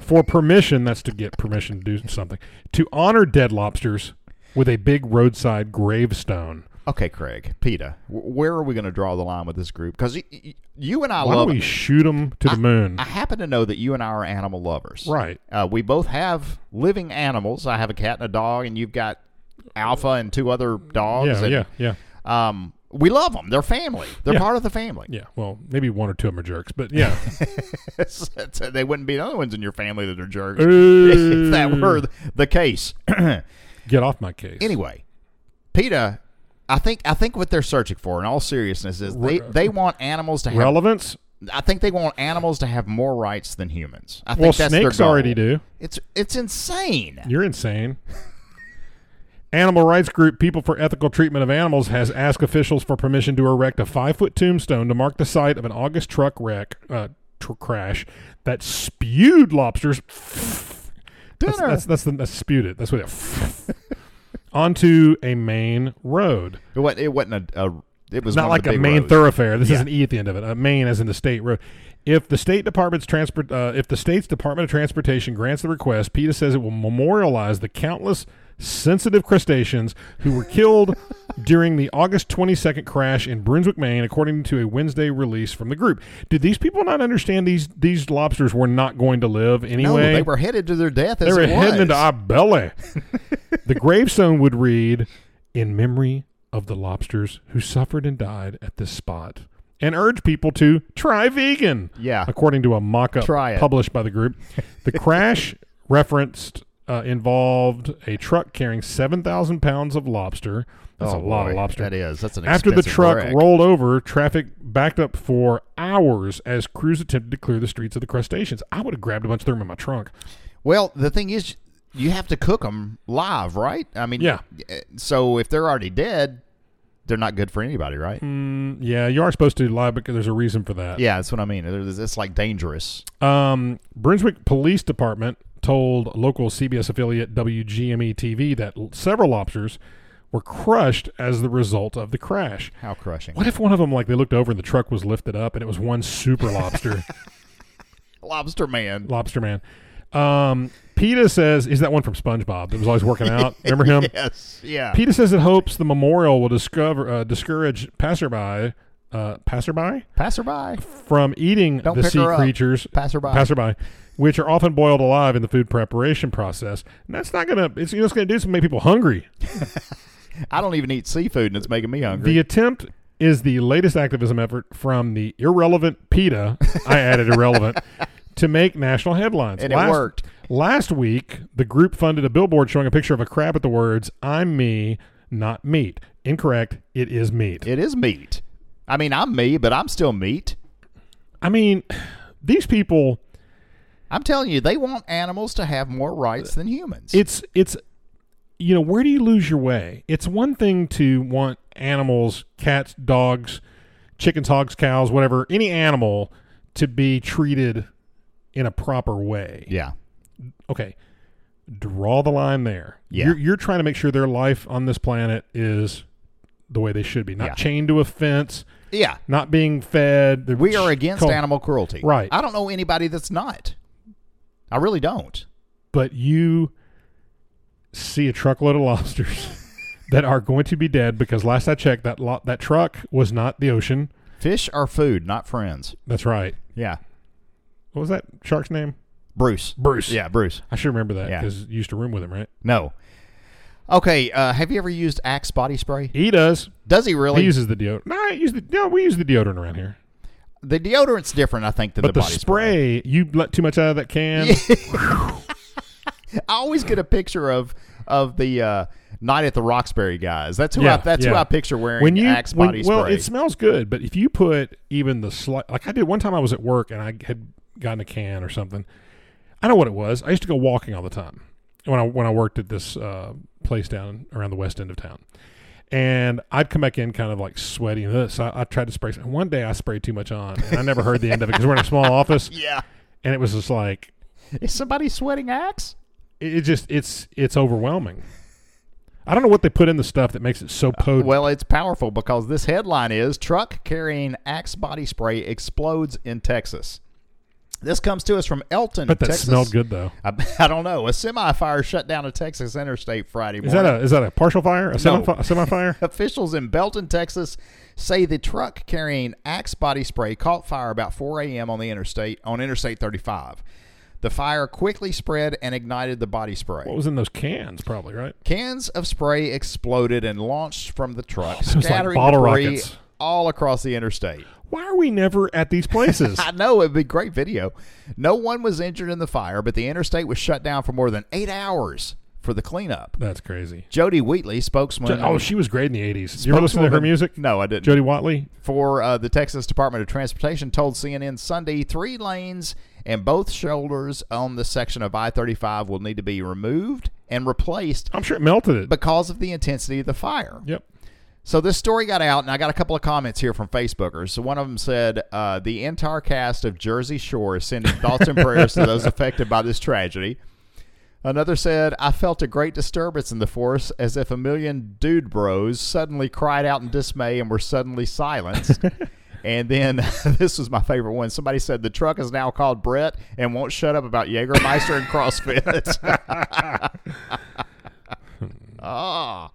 S4: for permission, that's to get permission to do something, to honor dead lobsters with a big roadside gravestone.
S3: Okay, Craig, PETA, w- where are we going to draw the line with this group? Because y- y- you and I
S4: Why
S3: love.
S4: don't we shoot them to the moon?
S3: I happen to know that you and I are animal lovers.
S4: Right.
S3: Uh, we both have living animals. I have a cat and a dog, and you've got Alpha and two other dogs.
S4: yeah,
S3: and,
S4: yeah, yeah.
S3: Um, we love them. They're family. They're
S4: Yeah.
S3: part of the family.
S4: Yeah, well, maybe one or two of them are jerks, but yeah.
S3: they wouldn't be the other ones in your family that are jerks
S4: Ooh.
S3: if that were th- the case.
S4: Get off my case.
S3: anyway, PETA, I think I think what they're searching for, in all seriousness, is they, they want animals to have.
S4: Relevance?
S3: I think they want animals to have more rights than humans. I think
S4: Well,
S3: that's
S4: snakes
S3: their goal.
S4: already do.
S3: It's it's insane.
S4: You're insane. Animal rights group People for Ethical Treatment of Animals has asked officials for permission to erect a five foot tombstone to mark the site of an August truck wreck uh, tr- crash that spewed lobsters. That's,
S3: Dinner.
S4: that's, that's, the, that's spewed it. That's what it. onto a main road.
S3: It wasn't, it wasn't a, a it was
S4: Not
S3: one of
S4: like
S3: the
S4: a
S3: big
S4: main
S3: roads.
S4: thoroughfare. This is an E at the end of it. A main as in the state road. If the state department's transport, uh, if the state's Department of Transportation grants the request, PETA says it will memorialize the countless sensitive crustaceans who were killed during the August 22nd crash in Brunswick, Maine, according to a Wednesday release from the group. Did these people not understand these these lobsters were not going to live
S3: No,
S4: anyway?
S3: they were headed to their death.
S4: They
S3: As
S4: were
S3: it was.
S4: heading into our belly. the gravestone would read, "In memory of the lobsters who suffered and died at this spot," and urge people to try vegan.
S3: Yeah.
S4: according to a mock-up
S3: Try it.
S4: published by the group, the crash referenced uh, involved a truck carrying seven thousand pounds of lobster. That's
S3: Oh,
S4: a lot of
S3: boy.
S4: lobster.
S3: That is. That's an
S4: After the
S3: expensive
S4: truck
S3: wreck.
S4: rolled over, traffic backed up for hours as crews attempted to clear the streets of the crustaceans. I would have grabbed a bunch of them in my trunk.
S3: Well, the thing is, you have to cook them live, right? I mean, eh,
S4: Yeah.
S3: So if they're already dead, they're not good for anybody, right?
S4: Yeah, you are supposed to lie because there's a reason for that.
S3: Yeah, that's what I mean. It's it's like dangerous.
S4: Um, Brunswick Police Department told local CBS affiliate WGME TV E that l- several lobsters were crushed as the result of the crash.
S3: How crushing.
S4: What if one of them, like, they looked over and the truck was lifted up and it was one super lobster,
S3: Lobster man.
S4: lobster man? Um, PETA says, is that one from SpongeBob that was always working out? Remember him?
S3: Yes. Yeah.
S4: PETA says it hopes the memorial will discover uh, discourage passerby, uh, passerby
S3: Passerby.
S4: from eating
S3: Don't
S4: the
S3: pick
S4: sea
S3: her up.
S4: creatures
S3: Passerby.
S4: passerby which are often boiled alive in the food preparation process. And that's not gonna it's you know it's gonna do is make people hungry.
S3: I don't even eat seafood, and it's making me hungry.
S4: The attempt is the latest activism effort from the irrelevant PETA. I added irrelevant to make national headlines.
S3: And it worked.
S4: Last week, the group funded a billboard showing a picture of a crab with the words "I'm me, not meat." Incorrect. It is meat.
S3: it is meat. I mean, I'm me, but I'm still meat.
S4: I mean, these people.
S3: I'm telling you, they want animals to have more rights than humans.
S4: it's it's you know where do you lose your way it's one thing to want animals cats dogs chickens hogs cows whatever any animal to be treated in a proper way
S3: yeah.
S4: okay draw the line there
S3: Yeah.
S4: you're, you're trying to make sure their life on this planet is the way they should be not
S3: Yeah.
S4: chained to a fence
S3: Yeah.
S4: not being fed They're
S3: We are against
S4: called-
S3: animal cruelty.
S4: Right.
S3: I don't know anybody that's not. I really don't.
S4: but you see a truckload of lobsters that are going to be dead because last I checked, that lo- that truck was not the ocean.
S3: Fish are food, not friends.
S4: That's right.
S3: Yeah.
S4: What was that shark's name?
S3: Bruce.
S4: Bruce.
S3: Yeah, Bruce.
S4: I should remember that
S3: Yeah.
S4: because you used to room with him, right?
S3: No. Okay, uh, have you ever used Axe body spray?
S4: He does.
S3: Does he really?
S4: He uses the deodorant. No, I use the no. We use the deodorant around here,
S3: the deodorant's different, I think, than
S4: but
S3: the
S4: the,
S3: body spray.
S4: spray, you let too much out of that can.
S3: I always get a picture of of the uh, Night at the Roxbury guys. That's who I, that's who
S4: yeah.
S3: I picture wearing
S4: when you,
S3: Axe
S4: when-
S3: body spray.
S4: Well, it smells good, but if you put even the slight, like I did one time, I was at work and I had gotten a can or something. I know what it was. I used to go walking all the time when I when I worked at this uh, place down around the west end of town, and I'd come back in kind of like sweaty and this. I, I tried to spray, and one day I sprayed too much on, and I never heard the end of it because we're in a small office,
S3: yeah.
S4: and it was just like
S3: Is somebody sweating Axe?
S4: it, it just it's it's overwhelming. I don't know what they put in the stuff that makes it so potent.
S3: Uh, Well, it's powerful because this headline is Truck carrying Axe body spray explodes in Texas. This comes to us from Elton,
S4: but that
S3: Texas.
S4: smelled good though.
S3: I, I don't know. A semi fire shut down a Texas interstate Friday
S4: Is
S3: morning.
S4: that a is that a partial fire? A semi semi fire?
S3: Officials in Belton, Texas, say the truck carrying Axe body spray caught fire about 4 a.m. on the interstate on Interstate 35. The fire quickly spread and ignited the body spray.
S4: What was in those cans? Probably right.
S3: Cans of spray exploded and launched from the truck,
S4: was like
S3: scattering
S4: bottle
S3: debris
S4: rockets.
S3: all across the interstate.
S4: Why are we never at these places?
S3: I know it'd be great video. No one was injured in the fire, but the interstate was shut down for more than eight hours for the cleanup.
S4: That's crazy.
S3: Jody Wheatley, spokesman.
S4: Oh, she was great in the eighties. You ever listen to her
S3: spokeswoman-
S4: music?
S3: No, I didn't.
S4: Jody Watley.
S3: for uh, the Texas Department of Transportation told CNN Sunday three lanes and both shoulders on the section of I 35 will need to be removed and replaced
S4: I'm sure it melted it.
S3: because of the intensity of the fire.
S4: yep.
S3: So this story got out, and I got a couple of comments here from Facebookers. So one of them said, uh, "The entire cast of Jersey Shore is sending thoughts and prayers to those affected by this tragedy." Another said, "I felt a great disturbance in the force, as if a million dude bros suddenly cried out in dismay and were suddenly silenced." and then this was my favorite one. Somebody said, "The truck is now called Brett and won't shut up about Jägermeister and CrossFit." ah,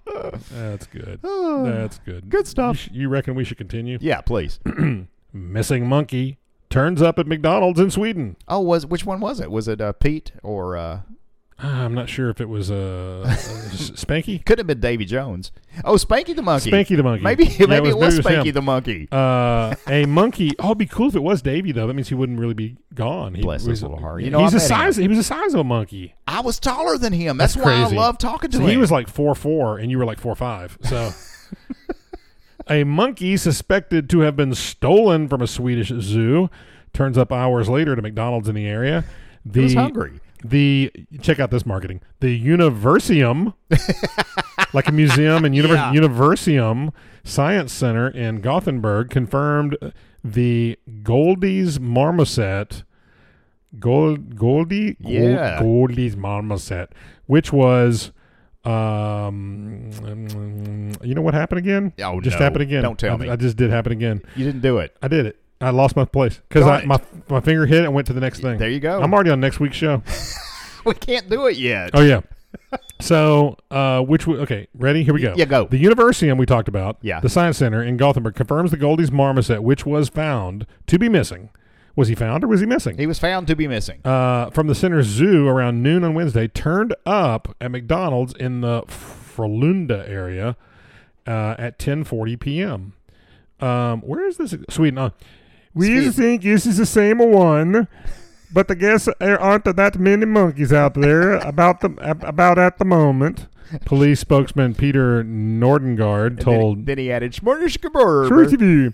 S4: That's good. That's Ah, good.
S3: Good stuff.
S4: You, sh- you reckon we should continue?
S3: yeah, please.
S4: Missing monkey turns up at McDonald's in Sweden.
S3: Oh, was which one was it? Was it uh, Pete or uh,
S4: Ah, I'm not sure if it was uh, uh, S- Spanky.
S3: could have been Davy Jones? Oh, Spanky the monkey.
S4: Spanky the monkey.
S3: Maybe
S4: Yeah,
S3: maybe it was,
S4: maybe
S3: Spanky
S4: him.
S3: the monkey.
S4: uh, a monkey. Oh, it'd be cool if it was Davy though. That means he wouldn't really be gone. He
S3: Bless his
S4: was-
S3: little heart. You know,
S4: he's
S3: I
S4: the
S3: met him.
S4: size. He was the size of a monkey.
S3: I was taller than him. That's, why
S4: crazy.
S3: I love talking to
S4: So
S3: him.
S4: he was like four four, and you were like four five. So a monkey suspected to have been stolen from a Swedish zoo turns up hours later to McDonald's in the area. The,
S3: was hungry.
S4: The check out this marketing. The Universium, like a museum and
S3: Yeah.
S4: univer- Universium Science Center in Gothenburg, confirmed uh, the Goldie's marmoset. Gold, Goldie, Gold-
S3: Yeah.
S4: Goldie's marmoset, which was, um, you know what happened again?
S3: Oh,
S4: just
S3: no.
S4: happened again.
S3: Don't tell
S4: I-
S3: me.
S4: I just did happen again.
S3: you didn't do it.
S4: I did it. I lost my place because
S3: Darn
S4: I
S3: it.
S4: my my finger hit and went to the next thing.
S3: There you go.
S4: I'm already on next week's show.
S3: We can't do it yet.
S4: Oh yeah. So, uh, which we, okay, ready? Here we go.
S3: yeah, go.
S4: The Universium we talked about,
S3: Yeah.
S4: the Science Center in Gothenburg confirms the Goldie's marmoset, which was found to be missing, Was he found or was he missing?
S3: He was found to be missing.
S4: uh, from the Center Zoo around noon on Wednesday, turned up at McDonald's in the Frölunda area uh, at 10:40 p.m. Um, where is this? Sweden. Uh, we
S3: Sweden.
S4: think this is the same one, but I guess there aren't that many monkeys out there about the ab- about at the moment. Police spokesman Peter Nordengard
S3: Then he-
S4: told
S3: Then, he added Smorgasbord.
S4: True to you.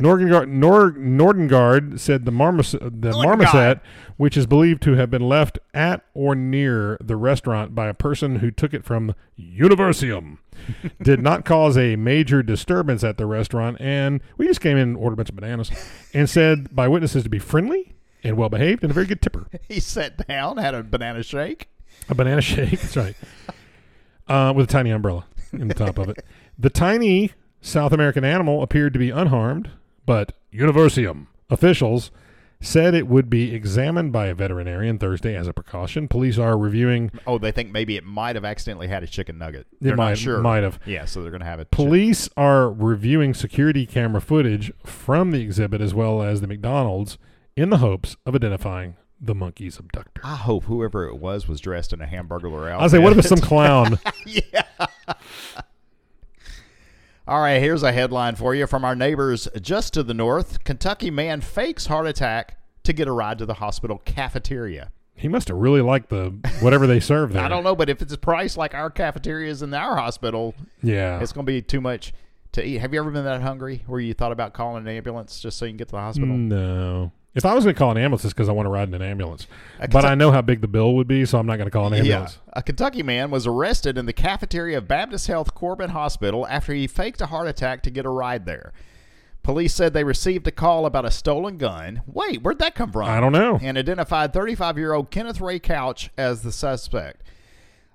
S4: Norgengard, Nor, Nordengard said the, marmos, the marmoset, which is believed to have been left at or near the restaurant by a person who took it from Universium, did not cause a major disturbance at the restaurant. And we just came in and ordered a bunch of bananas and said by witnesses to be friendly and well behaved and a very good tipper.
S3: He sat down, had a banana shake.
S4: A banana shake. That's right. Uh, with a tiny umbrella in the top of it. The tiny South American animal appeared to be unharmed, but Universium officials said it would be examined by a veterinarian Thursday as a precaution. Police are reviewing.
S3: Oh, they think maybe it might have accidentally had a chicken nugget.
S4: It
S3: They're
S4: might,
S3: not sure.
S4: might have.
S3: Yeah, so they're going to have it.
S4: Police are reviewing security camera footage from the exhibit as well as the McDonald's in the hopes of identifying the monkey's abductor.
S3: I hope whoever it was was dressed in a hamburger outfit.
S4: I say, what if it's some clown?
S3: All right, here's a headline for you from our neighbors just to the north. Kentucky man fakes heart attack to get a ride to the hospital cafeteria.
S4: he must have really liked the whatever they serve there.
S3: I don't know, but if it's priced like our cafeterias in our hospital,
S4: Yeah.
S3: it's going to be too much to eat. Have you ever been that hungry where you thought about calling an ambulance just so you can get to the hospital?
S4: Mm, No. If I was going to call an ambulance, it's because I want to ride in an ambulance.
S3: can
S4: But
S3: tell-
S4: I know how big the bill would be, so I'm not going to call an
S3: Yeah.
S4: ambulance.
S3: A Kentucky man was arrested in the cafeteria of Baptist Health Corbin Hospital after he faked a heart attack to get a ride there. Police said they received a call about a stolen gun. Wait, where'd that come from?
S4: I don't know.
S3: And identified 35 year old Kenneth Ray Couch as the suspect.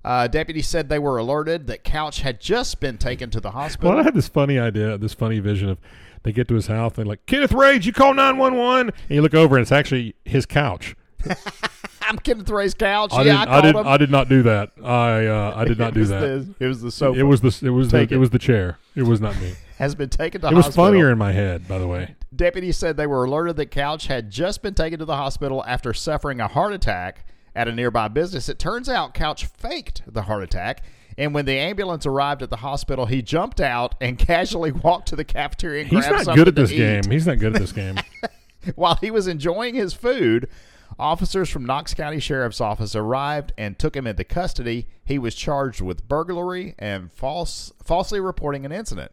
S3: Uh, deputies said they were alerted that Couch had just been taken to the hospital.
S4: Well, I had this funny idea, this funny vision of they get to his house and like, Kenneth Rage, you call 911. And you look over and it's actually his couch.
S3: I'm Kenneth Ray's couch.
S4: I,
S3: yeah,
S4: didn't,
S3: I called
S4: did,
S3: him.
S4: I did not do that. I uh, I did not
S3: It
S4: do
S3: was
S4: that.
S3: the- it was the sofa.
S4: it was the it was the,
S3: Take
S4: it
S3: it.
S4: was the chair. It was not me.
S3: has been taken to
S4: It was
S3: hospital.
S4: funnier in my head, by the way.
S3: Deputies said they were alerted that Couch had just been taken to the hospital after suffering a heart attack at a nearby business. It turns out Couch faked the heart attack, and when the ambulance arrived at the hospital, he jumped out and casually walked to the cafeteria and
S4: He's
S3: grabbed
S4: not
S3: something
S4: good at
S3: to
S4: this
S3: eat.
S4: game. He's not good at this game.
S3: While he was enjoying his food, officers from Knox County Sheriff's Office arrived and took him into custody. He was charged with burglary and false falsely reporting an incident.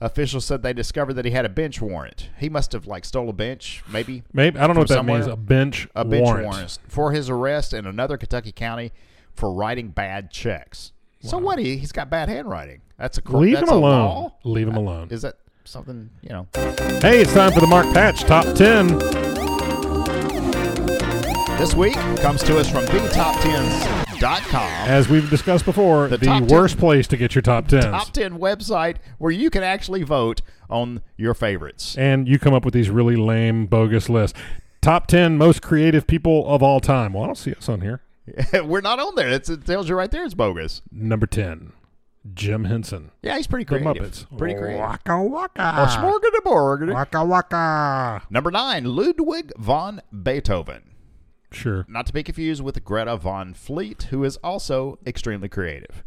S3: Officials said they discovered that he had a bench warrant. He must have like stole a bench, maybe
S4: Maybe I don't know what that
S3: somewhere.
S4: means. A bench
S3: a bench warrant.
S4: warrant.
S3: for his arrest in another Kentucky county for writing bad checks. So what? He, he's got bad handwriting. That's a cr-
S4: Leave
S3: that's
S4: him
S3: a
S4: alone.
S3: law? Uh,
S4: Leave him alone.
S3: Is that something you know?
S4: Hey, it's time for the Mark Patch Top 10.
S3: This week comes to us from thetop10s.com.
S4: As we've discussed before, the,
S3: The top 10.
S4: worst place to get your top 10s.
S3: top 10 website where you can actually vote on your favorites.
S4: and you come up with these really lame, bogus lists. Top 10 most creative people of all time. Well, I don't see us on here.
S3: We're not on there. It's, it tells you right there it's bogus.
S4: Number 10, Jim Henson.
S3: Yeah, he's pretty
S4: The
S3: creative.
S4: Muppets.
S3: Pretty creative. Oh,
S1: Waka
S3: Or
S1: waka.
S3: smorgasbord.
S1: Waka waka.
S3: Number nine, Ludwig von Beethoven.
S4: Sure.
S3: Not to be confused with Greta von Fleet, who is also extremely creative.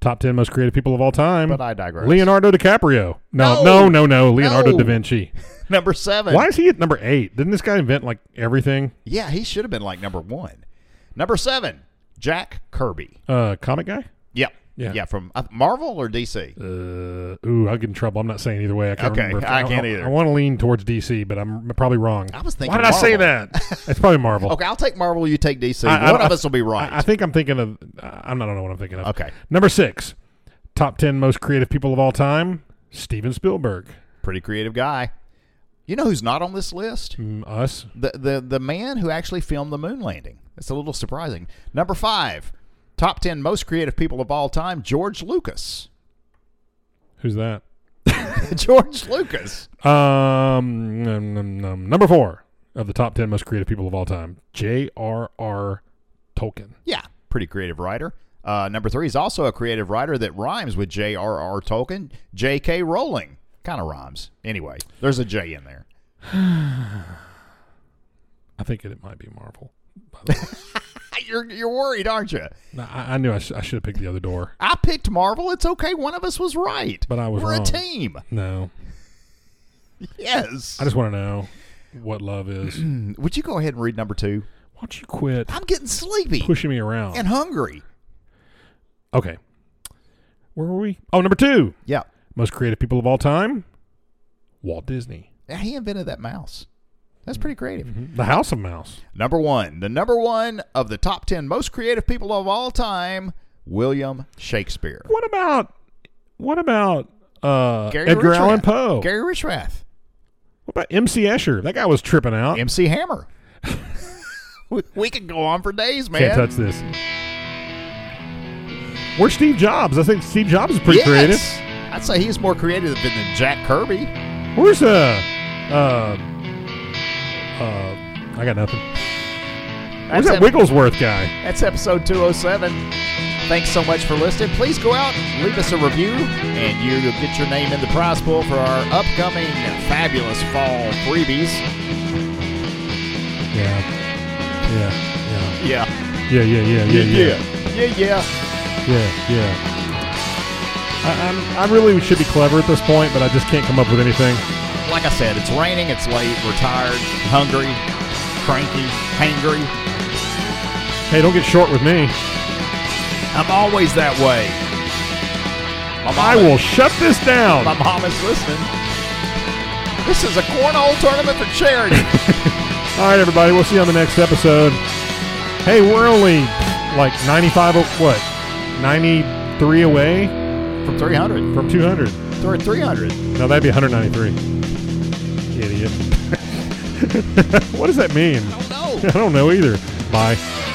S4: Top 10 most creative people of all time.
S3: But I digress.
S4: Leonardo DiCaprio.
S3: No!
S4: No, no, no, no. Leonardo
S3: No!
S4: da Vinci.
S3: Number seven.
S4: Why is he at number 8? Didn't this guy invent like everything?
S3: Yeah, he should have been like number one. Number seven, Jack Kirby.
S4: Uh, comic guy?
S3: Yep.
S4: Yeah.
S3: Yeah, from uh, Marvel or DC?
S4: Uh, ooh, I'll get in trouble. I'm not saying either way. I can't
S3: Okay,
S4: remember. if-
S3: I can't
S4: I,
S3: either.
S4: I, want to lean towards DC, but I'm probably wrong.
S3: I was thinking
S4: Why did I say
S3: Marvel.
S4: that? it's probably Marvel.
S3: Okay, I'll take Marvel. You take DC.
S4: I- I-
S3: One of
S4: I-
S3: us will be right.
S4: I, I think I'm thinking of. I'm not. I don't know what I'm thinking of.
S3: Okay.
S4: Number six, top ten most creative people of all time: Steven Spielberg.
S3: Pretty creative guy. You know who's not on this list?
S4: Mm, us.
S3: The the the man who actually filmed the moon landing. It's a little surprising. Number five, top ten most creative people of all time: George Lucas.
S4: Who's that?
S3: George Lucas.
S4: Um, num, num, num. number four of the top ten most creative people of all time: J.R.R. Tolkien.
S3: Yeah, pretty creative writer. Uh, number three is also a creative writer that rhymes with J.R.R. Tolkien. J.K. Rowling kind of rhymes. Anyway, there's a J in there.
S4: I think it, it might be Marvel. By the way,
S3: You're you're worried, aren't you?
S4: No, I, I knew I, sh- I should have picked the other door.
S3: I picked Marvel. It's okay. One of us was right.
S4: But I was
S3: We're
S4: wrong.
S3: a team.
S4: No,
S3: Yes.
S4: I just want to know what love is. Why
S3: Would you go ahead and read number two?
S4: don't you quit
S3: I'm getting sleepy
S4: pushing me around?
S3: and hungry.
S4: okay, where were we? Oh, number two,
S3: Yeah.
S4: most creative people of all time, Walt Disney,
S3: Yeah, He invented that mouse. That's pretty creative.
S4: the House of Mouse.
S3: Number one, the number one of the top 10 most creative people of all time, William Shakespeare.
S4: What about what about uh,
S3: Gary
S4: Edgar
S3: Richrath.
S4: Allan Poe?
S3: Gary Richrath.
S4: What about M.C. Escher? That guy was tripping out.
S3: MC Hammer. we, we could go on for days, man.
S4: Can't touch this. Where's Steve Jobs? I think Steve Jobs is pretty
S3: Yes. I'd say he's more creative than than Jack Kirby.
S4: creative. Where's uh, uh, uh, I got nothing. Where's
S3: That's,
S4: that
S3: ep-
S4: Wigglesworth guy?
S3: that's episode 207. Thanks so much for listening. Please go out, leave us a review, and you'll get your name in the prize pool for our upcoming fabulous fall freebies.
S4: Yeah, yeah,
S3: Yeah.
S4: yeah, yeah, yeah, yeah, yeah, yeah,
S3: Yeah, yeah.
S4: yeah. yeah. I, I'm, I really should be clever at this point, but I just can't come up with anything.
S3: Like I said, it's raining, it's late, we're tired, hungry, cranky, hangry.
S4: Hey, don't get short with me.
S3: I'm always that way. My
S4: I
S3: mama-
S4: will shut this down.
S3: My mom is listening. This is a cornhole tournament for charity.
S4: All right, everybody. We'll see you on the next episode. Hey, we're only like 95, o- what, 93 away
S3: From 300.
S4: from 200.
S3: We're at 300.
S4: No, that'd be 193. Idiot. what does that mean?
S3: Oh, no.
S4: I don't know either. Bye.